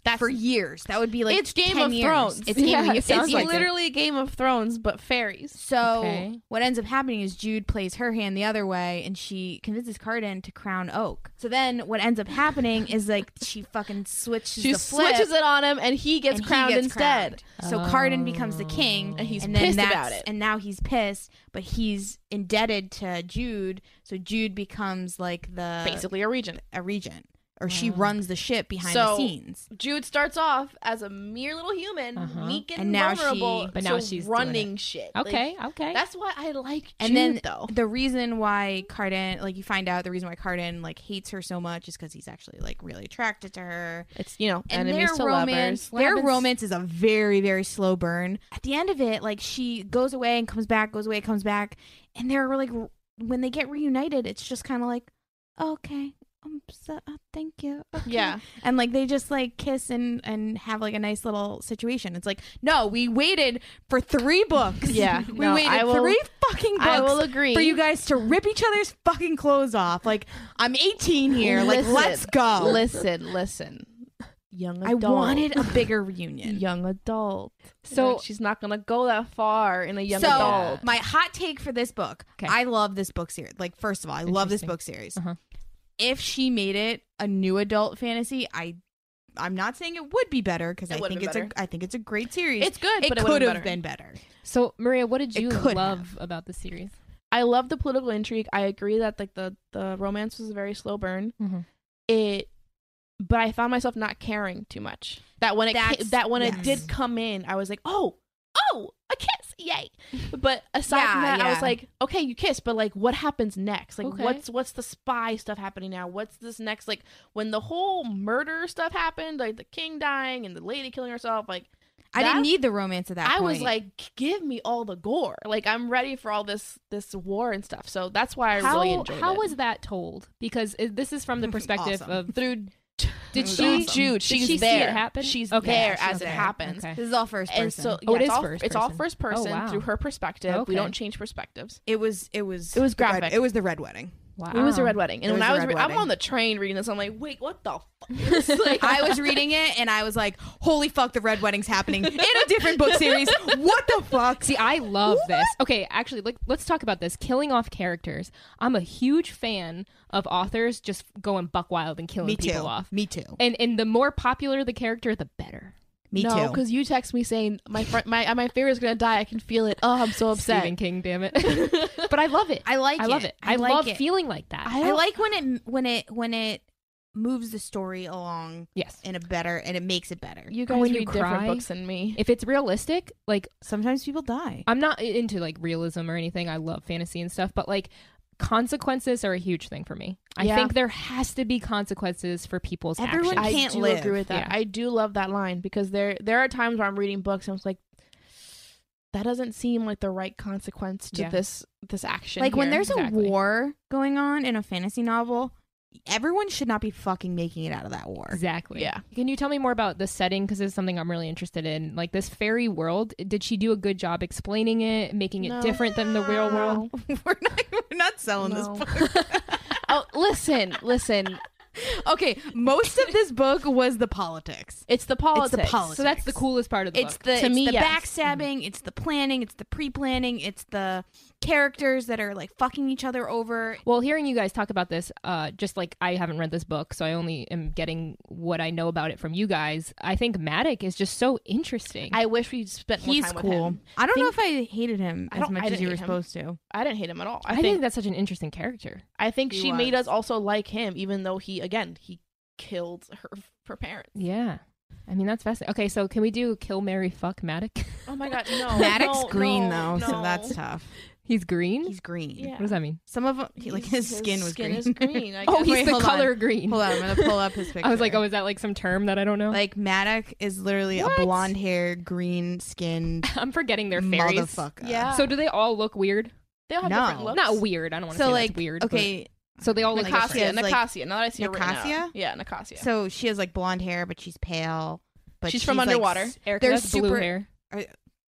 Speaker 2: That's
Speaker 3: for years. That would be like
Speaker 2: it's Game
Speaker 3: 10
Speaker 2: of
Speaker 3: years.
Speaker 2: Thrones.
Speaker 3: It's Game of
Speaker 2: Yeah,
Speaker 3: Thrones.
Speaker 1: sounds
Speaker 2: it's
Speaker 1: like it.
Speaker 2: literally Game of Thrones, but fairies.
Speaker 3: So
Speaker 1: Okay.
Speaker 3: what ends up happening is Jude plays her hand the other way, and she convinces Cardin to crown Oak. So then what ends up happening is like she fucking switches.
Speaker 2: She
Speaker 3: the flip,
Speaker 2: switches it on him, and he gets
Speaker 3: and he
Speaker 2: crowned
Speaker 3: gets
Speaker 2: instead.
Speaker 3: crowned. So Cardin becomes the king,
Speaker 2: And he's
Speaker 3: and then
Speaker 2: pissed
Speaker 3: that's-
Speaker 2: about it.
Speaker 3: And now he's pissed, but he's indebted to Jude, so Jude becomes like the
Speaker 2: Basically, a regent.
Speaker 3: a regent. or she
Speaker 1: Wow.
Speaker 3: runs the ship behind
Speaker 2: So-
Speaker 3: the scenes.
Speaker 2: Jude starts off as a mere little human,
Speaker 1: Uh-huh.
Speaker 2: weak and,
Speaker 3: And now
Speaker 2: vulnerable,
Speaker 3: she-
Speaker 1: but now
Speaker 2: to
Speaker 1: she's doing it.
Speaker 2: running shit. Like,
Speaker 1: Okay, okay.
Speaker 2: that's why I like Jude,
Speaker 3: And then
Speaker 2: though.
Speaker 3: The reason why Cardin, like you find out, the reason why Cardin like hates her so much is because he's actually like really attracted to her.
Speaker 2: It's you know
Speaker 3: and
Speaker 2: enemies
Speaker 3: their
Speaker 2: to
Speaker 3: romance,
Speaker 2: lovers.
Speaker 3: their
Speaker 1: Lovers.
Speaker 3: romance is a very very slow burn. At the end of it, like she goes away and comes back, goes away, comes back, and they're like r- when they get reunited, it's just kind of like, okay, I'm so, uh, thank you, okay."
Speaker 2: Yeah,
Speaker 3: and like they just like kiss and and have like a nice little situation. It's like, no, we waited for three books,
Speaker 2: yeah.
Speaker 3: we
Speaker 2: No,
Speaker 3: waited
Speaker 2: I will,
Speaker 3: three fucking books.
Speaker 2: I will agree.
Speaker 3: for you guys to rip each other's fucking clothes off. Like, I'm 18 here. Like,
Speaker 2: Listen.
Speaker 3: let's
Speaker 2: Oh.
Speaker 3: go.
Speaker 2: Listen, listen. Young
Speaker 3: I
Speaker 2: adult.
Speaker 3: wanted a bigger reunion.
Speaker 2: young adult.
Speaker 1: So-
Speaker 2: Like, she's not gonna go that far in a young
Speaker 3: so
Speaker 2: adult.
Speaker 3: my hot take for this book
Speaker 1: Okay.
Speaker 3: i love this book series like first of all i love this
Speaker 1: Interesting.
Speaker 3: book series
Speaker 1: Uh-huh.
Speaker 3: if she made it a new adult fantasy i i'm not saying it would be better because
Speaker 2: It
Speaker 3: i
Speaker 2: would've
Speaker 3: think
Speaker 2: been
Speaker 3: it's
Speaker 2: better.
Speaker 3: a i think it's a great series
Speaker 2: It's good,
Speaker 3: it
Speaker 2: but it
Speaker 3: could
Speaker 2: would've
Speaker 3: have been
Speaker 2: been
Speaker 3: better
Speaker 1: so Maria, what did
Speaker 3: It
Speaker 1: you
Speaker 3: could
Speaker 1: love about the series?
Speaker 2: I love the political intrigue. I agree that like the the romance was a very slow burn.
Speaker 1: Mhm.
Speaker 2: It, but I found myself not caring too much. That when it ca-
Speaker 3: That's-
Speaker 2: that when it
Speaker 3: yes.
Speaker 2: did come in, I was like, oh, oh, a kiss, yay! But aside from
Speaker 3: Yeah,
Speaker 2: that, I was
Speaker 3: yeah.
Speaker 2: like, okay, you kiss, but like, what happens next? Like,
Speaker 1: Okay.
Speaker 2: what's what's the spy stuff happening now? What's this next? Like when the whole murder stuff happened, like the king dying and the lady killing herself, like.
Speaker 3: i didn't
Speaker 2: That-
Speaker 3: need the romance of that
Speaker 2: I was
Speaker 3: point.
Speaker 2: like, give me all the gore. Like I'm ready for all this this war and stuff. So that's why I
Speaker 1: how
Speaker 2: really enjoyed
Speaker 1: how
Speaker 2: it.
Speaker 1: was that told? Because i- this is from the perspective of
Speaker 3: Awesome.
Speaker 1: through. Did
Speaker 3: was
Speaker 1: she
Speaker 3: awesome.
Speaker 2: Jude,
Speaker 1: Did she
Speaker 2: she's
Speaker 1: see
Speaker 2: there.
Speaker 1: it happen?
Speaker 2: She's
Speaker 1: Okay.
Speaker 2: there
Speaker 1: Yeah,
Speaker 2: as
Speaker 1: she's
Speaker 2: it
Speaker 1: there.
Speaker 2: happens.
Speaker 1: Okay.
Speaker 3: this is all first person
Speaker 2: And so
Speaker 1: Oh,
Speaker 2: yeah,
Speaker 1: it
Speaker 2: it's
Speaker 1: is
Speaker 2: all
Speaker 1: first
Speaker 2: it's all
Speaker 1: person.
Speaker 2: first
Speaker 1: Oh,
Speaker 2: person
Speaker 1: wow.
Speaker 2: through her perspective.
Speaker 1: Okay.
Speaker 2: We don't change perspectives.
Speaker 3: it was it was
Speaker 2: It was
Speaker 3: the red-
Speaker 2: graphic.
Speaker 3: it was the red wedding
Speaker 1: Wow.
Speaker 2: It was a red wedding,
Speaker 3: It
Speaker 2: and when
Speaker 3: was
Speaker 2: I
Speaker 3: a
Speaker 2: was
Speaker 3: red
Speaker 2: re-
Speaker 3: wedding.
Speaker 2: I'm on the train reading this, I'm like, wait, what the? Fuck? It's like,
Speaker 3: I was reading it and I was like, holy fuck, the Red Wedding's happening in a different book series. What the fuck?
Speaker 1: See, I love
Speaker 3: What?
Speaker 1: this. Okay, actually, like, let's talk about this. Killing off characters. I'm a huge fan of authors just going buck wild and killing
Speaker 3: Me
Speaker 1: people
Speaker 3: too.
Speaker 1: off.
Speaker 3: Me too.
Speaker 1: And and the more popular the character, the better.
Speaker 3: Me
Speaker 2: no,
Speaker 3: too.
Speaker 2: because you text me saying my friend, my my favorite is gonna die. I can feel it. Oh, I'm so upset.
Speaker 1: Stephen King, damn it. but I love it.
Speaker 3: I like
Speaker 1: I
Speaker 3: it.
Speaker 1: love it. I,
Speaker 3: I like
Speaker 1: love
Speaker 3: it.
Speaker 1: feeling like that.
Speaker 3: I like when it when it when it moves the story along
Speaker 1: yes.
Speaker 3: in a better and it makes it better.
Speaker 2: You guys
Speaker 1: when you
Speaker 2: read different
Speaker 1: cry-
Speaker 2: books than me.
Speaker 1: If it's realistic, like
Speaker 3: Sometimes people die.
Speaker 1: I'm not into like realism or anything. I love fantasy and stuff, but like consequences are a huge thing for me. I
Speaker 2: Yeah.
Speaker 1: think there has to be consequences for people's
Speaker 3: Everyone
Speaker 1: actions.
Speaker 2: I
Speaker 3: can't
Speaker 2: do
Speaker 3: live.
Speaker 2: agree with
Speaker 1: Yeah.
Speaker 2: that. I do love that line because there there are times where I'm reading books and I'm like, that doesn't seem like the right consequence to
Speaker 1: Yeah.
Speaker 2: this this action.
Speaker 3: Like when
Speaker 2: here."
Speaker 3: there's
Speaker 1: exactly.
Speaker 3: a war going on in a fantasy novel, everyone should not be fucking making it out of that war.
Speaker 1: Exactly.
Speaker 2: Yeah.
Speaker 1: Can you tell me more about the setting? Because it's something I'm really interested in. Like this fairy world. Did she do a good job explaining it, making it
Speaker 2: No.
Speaker 1: different than the real world?
Speaker 3: we're not we're not selling
Speaker 2: No.
Speaker 3: this book.
Speaker 2: oh, listen, listen.
Speaker 3: Okay, most of this book was the politics.
Speaker 2: It's the politics.
Speaker 3: politics.
Speaker 1: So that's the coolest part of the
Speaker 3: It's
Speaker 1: book.
Speaker 3: the,
Speaker 2: To
Speaker 3: it's
Speaker 2: me,
Speaker 3: the
Speaker 2: yes.
Speaker 3: backstabbing, it's the planning, it's the pre-planning, it's the characters that are like fucking each other over.
Speaker 1: Well, hearing you guys talk about this, uh, just like I haven't read this book, so I only am getting what I know about it from you guys. I think Matic is just so interesting.
Speaker 2: I wish we spent more
Speaker 3: He's
Speaker 2: time with
Speaker 3: cool.
Speaker 2: him.
Speaker 3: I don't know if I hated him
Speaker 2: I
Speaker 3: as
Speaker 2: don't-
Speaker 3: much
Speaker 2: I
Speaker 3: as
Speaker 2: didn't
Speaker 3: you were
Speaker 2: hate him.
Speaker 3: supposed to.
Speaker 2: I didn't hate him at all.
Speaker 1: I
Speaker 2: I,
Speaker 1: think,
Speaker 2: think
Speaker 1: that's such an interesting character.
Speaker 2: I think
Speaker 3: He
Speaker 2: she made
Speaker 3: was.
Speaker 2: us also like him, even though he again he killed her her parents.
Speaker 1: Yeah. I mean, that's fascinating. Okay, so can we do Kill Mary Fuck Matic?
Speaker 2: Oh my god, no.
Speaker 3: Maddox
Speaker 2: no,
Speaker 3: green though,
Speaker 2: no, no.
Speaker 3: so that's tough.
Speaker 1: He's green?
Speaker 3: He's green.
Speaker 2: Yeah.
Speaker 1: what does that mean?
Speaker 3: Some of 'em- he, like his,
Speaker 2: His
Speaker 3: skin was green.
Speaker 2: Is green. I
Speaker 1: Oh,
Speaker 2: guess.
Speaker 1: he's
Speaker 3: Wait,
Speaker 1: the
Speaker 3: hold on.
Speaker 1: color green.
Speaker 3: Hold on, I'm gonna pull up his picture.
Speaker 1: I was like, oh, is that like some term that I
Speaker 2: oh,
Speaker 1: don't know?
Speaker 3: like Maddox is literally
Speaker 1: What?
Speaker 3: a blonde hair, green skinned
Speaker 1: I'm forgetting they're fairies.
Speaker 3: motherfucker.
Speaker 2: Yeah.
Speaker 1: So do they all look weird?
Speaker 2: they all have
Speaker 3: No.
Speaker 2: different looks.
Speaker 1: Not weird. I don't want to
Speaker 3: So
Speaker 1: say
Speaker 3: like
Speaker 1: that's weird. but-
Speaker 3: okay,
Speaker 1: so they all look
Speaker 3: Nicasia.
Speaker 1: different.
Speaker 2: Nicasia,
Speaker 3: Like-
Speaker 2: Nicasia. Now that I see it written out.
Speaker 3: Nicasia?
Speaker 2: yeah, Nicasia.
Speaker 3: so she has like blonde hair, but she's pale. But
Speaker 2: She's from
Speaker 3: like,
Speaker 2: underwater.
Speaker 3: s-
Speaker 1: Erica,
Speaker 3: they're
Speaker 1: that's blue
Speaker 3: super-
Speaker 1: hair.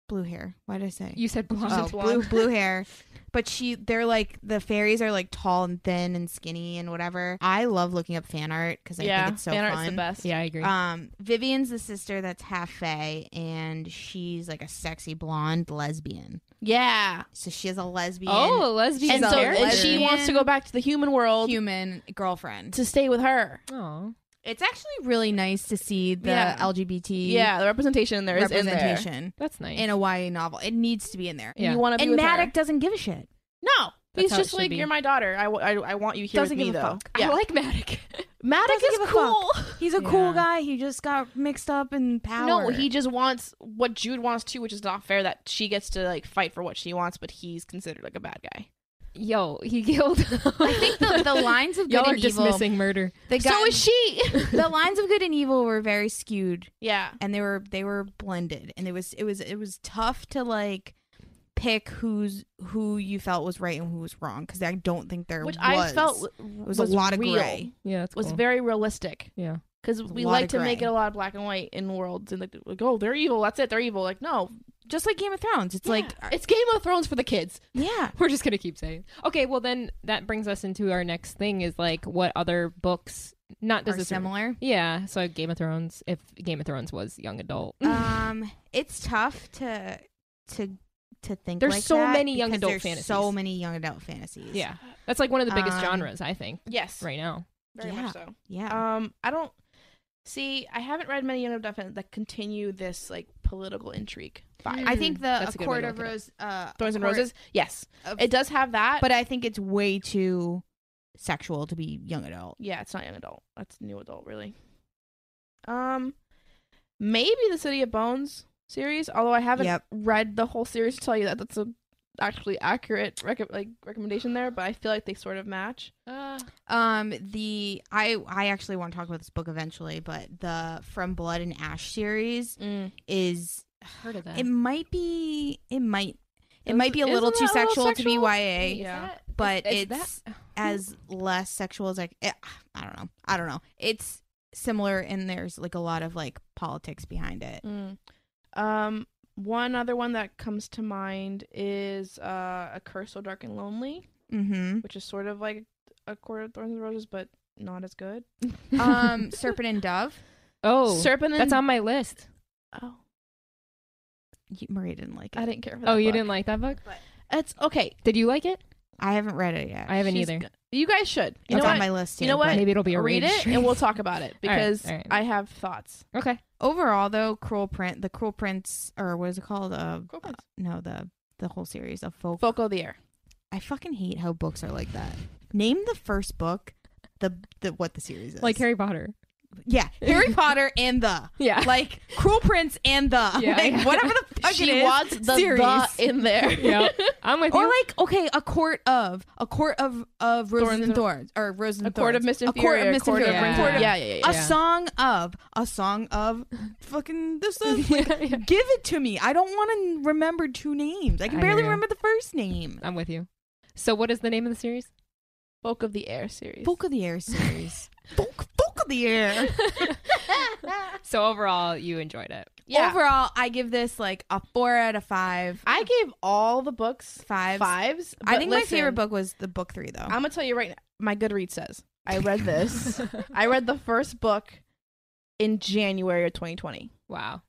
Speaker 3: blue hair. Why did I say?
Speaker 1: You said blonde.
Speaker 3: oh,
Speaker 2: Since
Speaker 3: blue
Speaker 2: blonde.
Speaker 3: blue hair. But she, they're like the fairies are like tall and thin and skinny and whatever. I love looking up fan art because I
Speaker 2: yeah,
Speaker 3: think it's so
Speaker 2: fan
Speaker 3: fun.
Speaker 2: art's the best.
Speaker 1: Yeah, I agree.
Speaker 3: Um, Vivian's the sister that's half fae, and she's like a sexy blonde lesbian.
Speaker 2: yeah.
Speaker 3: So she has a lesbian,
Speaker 1: oh, a lesbian.
Speaker 2: And
Speaker 3: a
Speaker 2: so
Speaker 1: character.
Speaker 2: and she wants to go back to the human world
Speaker 3: human girlfriend.
Speaker 2: to stay with her.
Speaker 1: Aw.
Speaker 3: It's actually really nice to see the
Speaker 2: Yeah.
Speaker 3: LGBT
Speaker 2: Yeah, the representation there is in there.
Speaker 3: representation
Speaker 1: that's nice.
Speaker 3: in, a YA novel. It needs to be in there.
Speaker 1: Yeah.
Speaker 2: You want to be
Speaker 3: And
Speaker 2: with
Speaker 3: Maddox
Speaker 2: her.
Speaker 3: doesn't give a shit.
Speaker 2: No,
Speaker 1: That's
Speaker 2: He's
Speaker 1: how it
Speaker 2: just
Speaker 1: should
Speaker 2: like,
Speaker 1: be.
Speaker 2: you're my daughter. I wa- I- I want you here
Speaker 3: Doesn't
Speaker 2: with me
Speaker 3: give a
Speaker 2: though.
Speaker 3: fuck.
Speaker 1: I
Speaker 2: Yeah.
Speaker 1: like Maddox.
Speaker 2: Maddox
Speaker 3: Doesn't
Speaker 2: is
Speaker 3: give a
Speaker 2: cool.
Speaker 3: He's a cool
Speaker 1: Yeah.
Speaker 3: guy. He just got mixed up in power.
Speaker 2: No, he just wants what Jude wants too, which is not fair that she gets to like fight for what she wants, but he's considered like a bad guy.
Speaker 1: Yo, he killed.
Speaker 3: I think the, the lines of good
Speaker 1: y'all are
Speaker 3: and evil.
Speaker 1: dismissing murder.
Speaker 3: The
Speaker 2: so
Speaker 3: guy-
Speaker 2: is she.
Speaker 3: the lines of good and evil were very skewed,
Speaker 2: yeah.
Speaker 3: and they were they were blended, and it was it was it was tough to like pick who's who you felt was right and who was wrong because I don't think there
Speaker 2: Which
Speaker 3: was.
Speaker 2: I felt
Speaker 3: was a lot of
Speaker 2: real,
Speaker 3: gray.
Speaker 1: Yeah, that's
Speaker 2: Was
Speaker 1: cool.
Speaker 2: very realistic
Speaker 1: yeah.
Speaker 2: because
Speaker 3: a
Speaker 2: we
Speaker 3: lot
Speaker 2: like
Speaker 3: of
Speaker 2: to make it
Speaker 3: gray.
Speaker 2: a lot of black and white in worlds and like, like, oh they're evil that's it they're evil like no
Speaker 3: just like Game of Thrones. It's like
Speaker 2: Yeah. it's uh, Game of Thrones for the kids
Speaker 3: yeah,
Speaker 1: We're just gonna keep saying. Okay, well then that brings us into our next thing is like what other books not does
Speaker 3: are
Speaker 1: this
Speaker 3: similar.
Speaker 1: Yeah, so Game of Thrones. If Game of Thrones was young adult,
Speaker 3: um, it's tough to to to think.
Speaker 1: There's
Speaker 3: like
Speaker 1: so
Speaker 3: that
Speaker 1: many young
Speaker 3: because
Speaker 1: adult
Speaker 3: there's
Speaker 1: fantasies.
Speaker 3: So many young adult fantasies.
Speaker 1: yeah, that's like one of the biggest
Speaker 3: Um,
Speaker 1: genres I think
Speaker 2: yes
Speaker 1: right now.
Speaker 2: very
Speaker 3: Yeah.
Speaker 2: much so
Speaker 3: yeah.
Speaker 2: um I don't see I haven't read many young adult fan- that continue this like political intrigue vibe
Speaker 3: I think the
Speaker 1: That's a
Speaker 3: a
Speaker 1: good way
Speaker 3: court
Speaker 1: to
Speaker 3: of
Speaker 1: look it up.
Speaker 3: rose, uh,
Speaker 2: Thorns and
Speaker 3: Court
Speaker 2: Roses yes
Speaker 3: of-
Speaker 2: it does have that
Speaker 3: but I think it's way too sexual to be young adult.
Speaker 2: yeah it's not young adult that's new adult really um maybe the City of Bones series although I haven't
Speaker 3: Yep.
Speaker 2: read the whole series to tell you that that's a actually accurate rec- like recommendation there but I feel like they sort of match uh,
Speaker 3: Um, the I I actually want to talk about this book eventually, but the From Blood and Ash series is
Speaker 1: Heard of that?
Speaker 3: it might be it might it
Speaker 2: Isn't-
Speaker 3: might be a little
Speaker 2: isn't
Speaker 3: too
Speaker 2: that a little
Speaker 3: sexual, to be
Speaker 2: sexual?
Speaker 3: YA,
Speaker 2: Yeah.
Speaker 3: but
Speaker 1: Is
Speaker 3: it's as less sexual as like eh, I don't know, I don't know. It's similar, and there's like a lot of like politics behind it.
Speaker 2: um one other one that comes to mind is uh a curse so dark and lonely
Speaker 3: Mm-hmm.
Speaker 2: which is sort of like a court of thorns and roses but not as good
Speaker 3: Um, Serpent and Dove.
Speaker 1: oh,
Speaker 2: serpent and
Speaker 1: that's on my list.
Speaker 2: oh
Speaker 3: You, Maria didn't like it.
Speaker 2: I didn't care for that
Speaker 1: Oh, you
Speaker 2: book.
Speaker 1: didn't like that book?
Speaker 2: it's okay
Speaker 1: Did you like it?
Speaker 3: I haven't read it yet.
Speaker 1: I haven't
Speaker 2: She's
Speaker 1: either.
Speaker 2: go- you guys should you
Speaker 3: it's
Speaker 2: know
Speaker 3: on
Speaker 2: what
Speaker 3: my list.
Speaker 2: You
Speaker 3: too,
Speaker 2: know what?
Speaker 3: but-
Speaker 1: Maybe it'll be a
Speaker 2: read
Speaker 1: rage
Speaker 2: it
Speaker 1: train.
Speaker 2: and we'll talk about it
Speaker 1: All right,
Speaker 2: because
Speaker 1: all right.
Speaker 2: I have thoughts.
Speaker 1: Okay.
Speaker 3: Overall, though, Cruel Print, the Cruel Prince, or what is it called? Uh,
Speaker 2: Cool
Speaker 3: uh, no, the the whole series of folk.
Speaker 2: Foco of the air.
Speaker 3: I fucking hate how books are like that. Name the first book, the the what the series is.
Speaker 1: Like Harry Potter.
Speaker 3: yeah, Harry Potter and the
Speaker 1: Yeah.
Speaker 3: like Cruel Prince and the
Speaker 1: Yeah,
Speaker 3: like
Speaker 1: yeah.
Speaker 3: whatever the fuck it
Speaker 2: She
Speaker 3: is,
Speaker 2: wants the
Speaker 3: series.
Speaker 2: the in there.
Speaker 1: yeah. I'm with
Speaker 3: Or
Speaker 1: you.
Speaker 3: like okay, a court of a court of of roses
Speaker 2: Thorns
Speaker 3: and
Speaker 2: and-
Speaker 3: thorns or roses
Speaker 2: A
Speaker 3: and
Speaker 2: court of
Speaker 3: thorns.
Speaker 2: Miss Inferior.
Speaker 3: a court of Miss
Speaker 2: court
Speaker 3: Inferior,
Speaker 1: Ring.
Speaker 2: Ring.
Speaker 3: court of-
Speaker 2: yeah, yeah, yeah.
Speaker 3: a
Speaker 2: yeah.
Speaker 3: song of a song of fucking this is
Speaker 1: Yeah, yeah.
Speaker 3: Give it to me. I don't want to remember two names. I can
Speaker 1: I
Speaker 3: barely
Speaker 1: hear ya.
Speaker 3: remember the first name.
Speaker 1: I'm with you. So what is the name of the series?
Speaker 2: Folk of the air series.
Speaker 3: Folk of the Air series. folk, folk of the Air.
Speaker 1: So overall, you enjoyed it.
Speaker 2: yeah.
Speaker 3: Overall, I give this like a four out of five.
Speaker 2: I gave all the books
Speaker 3: Fives.
Speaker 2: fives.
Speaker 3: I
Speaker 2: but
Speaker 3: think my
Speaker 2: listen,
Speaker 3: favorite book was the book three, though.
Speaker 2: I'm gonna tell you right now. My Goodreads says I read this. I read the first book in January of 2020.
Speaker 1: wow.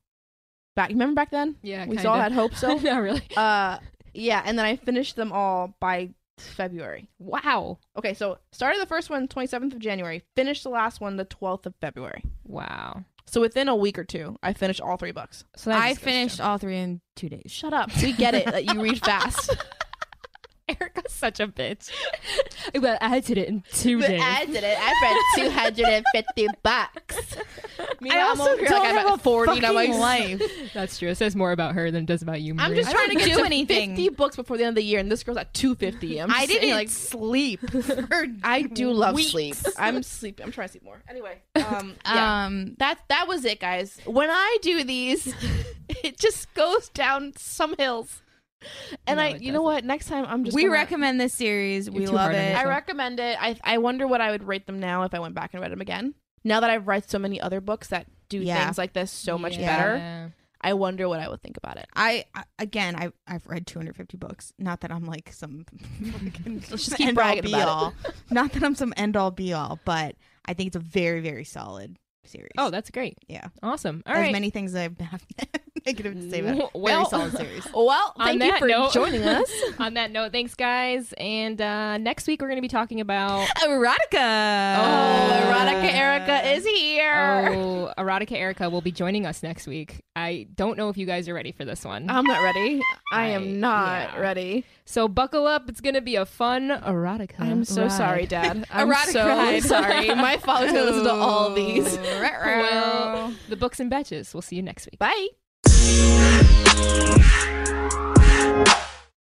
Speaker 2: Back, remember back then?
Speaker 1: Yeah.
Speaker 2: we all had hope so.
Speaker 1: Not really.
Speaker 2: uh, yeah, and then I finished them all by February.
Speaker 1: Wow.
Speaker 2: Okay, so started the first one 27th of January, finished the last one the 12th of February.
Speaker 1: Wow.
Speaker 2: So within a week or two, I finished all three books.
Speaker 1: So that
Speaker 3: I
Speaker 1: just goes to
Speaker 3: finished
Speaker 1: show.
Speaker 3: all three in two days.
Speaker 2: Shut up. We get it that you read fast.
Speaker 1: Erica's such a bitch. well, I did it in two days.
Speaker 2: did it. I read 250 bucks.
Speaker 3: I
Speaker 2: Meanwhile, I'm
Speaker 3: also
Speaker 2: over here like
Speaker 3: don't
Speaker 2: I'm
Speaker 3: have
Speaker 2: at
Speaker 3: a
Speaker 2: 40 and I'm
Speaker 3: fucking
Speaker 2: like,
Speaker 3: life.
Speaker 1: That's true. It says more about her than it does about you.
Speaker 2: I'm
Speaker 1: Maria.
Speaker 2: just
Speaker 3: I
Speaker 2: trying
Speaker 3: don't
Speaker 2: to get
Speaker 3: do
Speaker 2: to
Speaker 3: anything.
Speaker 2: 50 books before the end of the year, and this girl's at 250. I'm
Speaker 3: I
Speaker 2: sitting
Speaker 3: didn't
Speaker 2: here
Speaker 3: like sleep. for-
Speaker 2: I do love
Speaker 3: weeks.
Speaker 2: sleep. I'm sleepy. I'm trying to sleep more. Anyway, um, yeah.
Speaker 3: Um,
Speaker 2: that that was it, guys. When I do these, it just goes down some hills. And
Speaker 1: No,
Speaker 2: I,
Speaker 1: it
Speaker 2: you know
Speaker 1: doesn't.
Speaker 2: what? Next time, I'm just
Speaker 3: we
Speaker 2: gonna-
Speaker 3: recommend this series. we
Speaker 1: too
Speaker 3: love
Speaker 1: hard on
Speaker 3: it.
Speaker 2: I
Speaker 1: yourself.
Speaker 2: recommend it. I I wonder what I would rate them now if I went back and read them again. Now that I've read so many other books that do
Speaker 3: Yeah.
Speaker 2: things like this so much
Speaker 1: Yeah.
Speaker 2: better, I wonder what I would think about it.
Speaker 3: I I- again, I I've read 250 books. Not that I'm like some
Speaker 2: Let's just
Speaker 3: end
Speaker 2: keep
Speaker 3: all,
Speaker 2: bragging
Speaker 3: be
Speaker 2: about it.
Speaker 3: all. Not that I'm some end all be all, but I think it's a very very solid series.
Speaker 1: Oh, that's great.
Speaker 3: yeah.
Speaker 1: Awesome. All
Speaker 3: There's
Speaker 1: right.
Speaker 3: many things I've negative to say about it.
Speaker 1: Well-
Speaker 3: Very solid series.
Speaker 2: Well,
Speaker 1: On
Speaker 2: thank you
Speaker 1: that
Speaker 2: for
Speaker 1: note-
Speaker 2: joining us.
Speaker 1: On that note, thanks guys. And uh, next week we're going to be talking about
Speaker 3: Erotica.
Speaker 1: Oh,
Speaker 2: Erotica Erica is here.
Speaker 1: oh, Erotica Erica will be joining us next week. I don't know if you guys are ready for this one.
Speaker 2: I'm not ready. I
Speaker 1: I-
Speaker 2: am not
Speaker 1: yeah.
Speaker 2: ready.
Speaker 1: so buckle up. It's going to be a fun erotica.
Speaker 2: I'm so
Speaker 1: ride.
Speaker 2: sorry, Dad. I'm
Speaker 3: Erotic
Speaker 2: so
Speaker 3: ride.
Speaker 2: sorry. My father's gonna listen to all these.
Speaker 1: Well, the books and batches. We'll see you next week.
Speaker 2: Bye.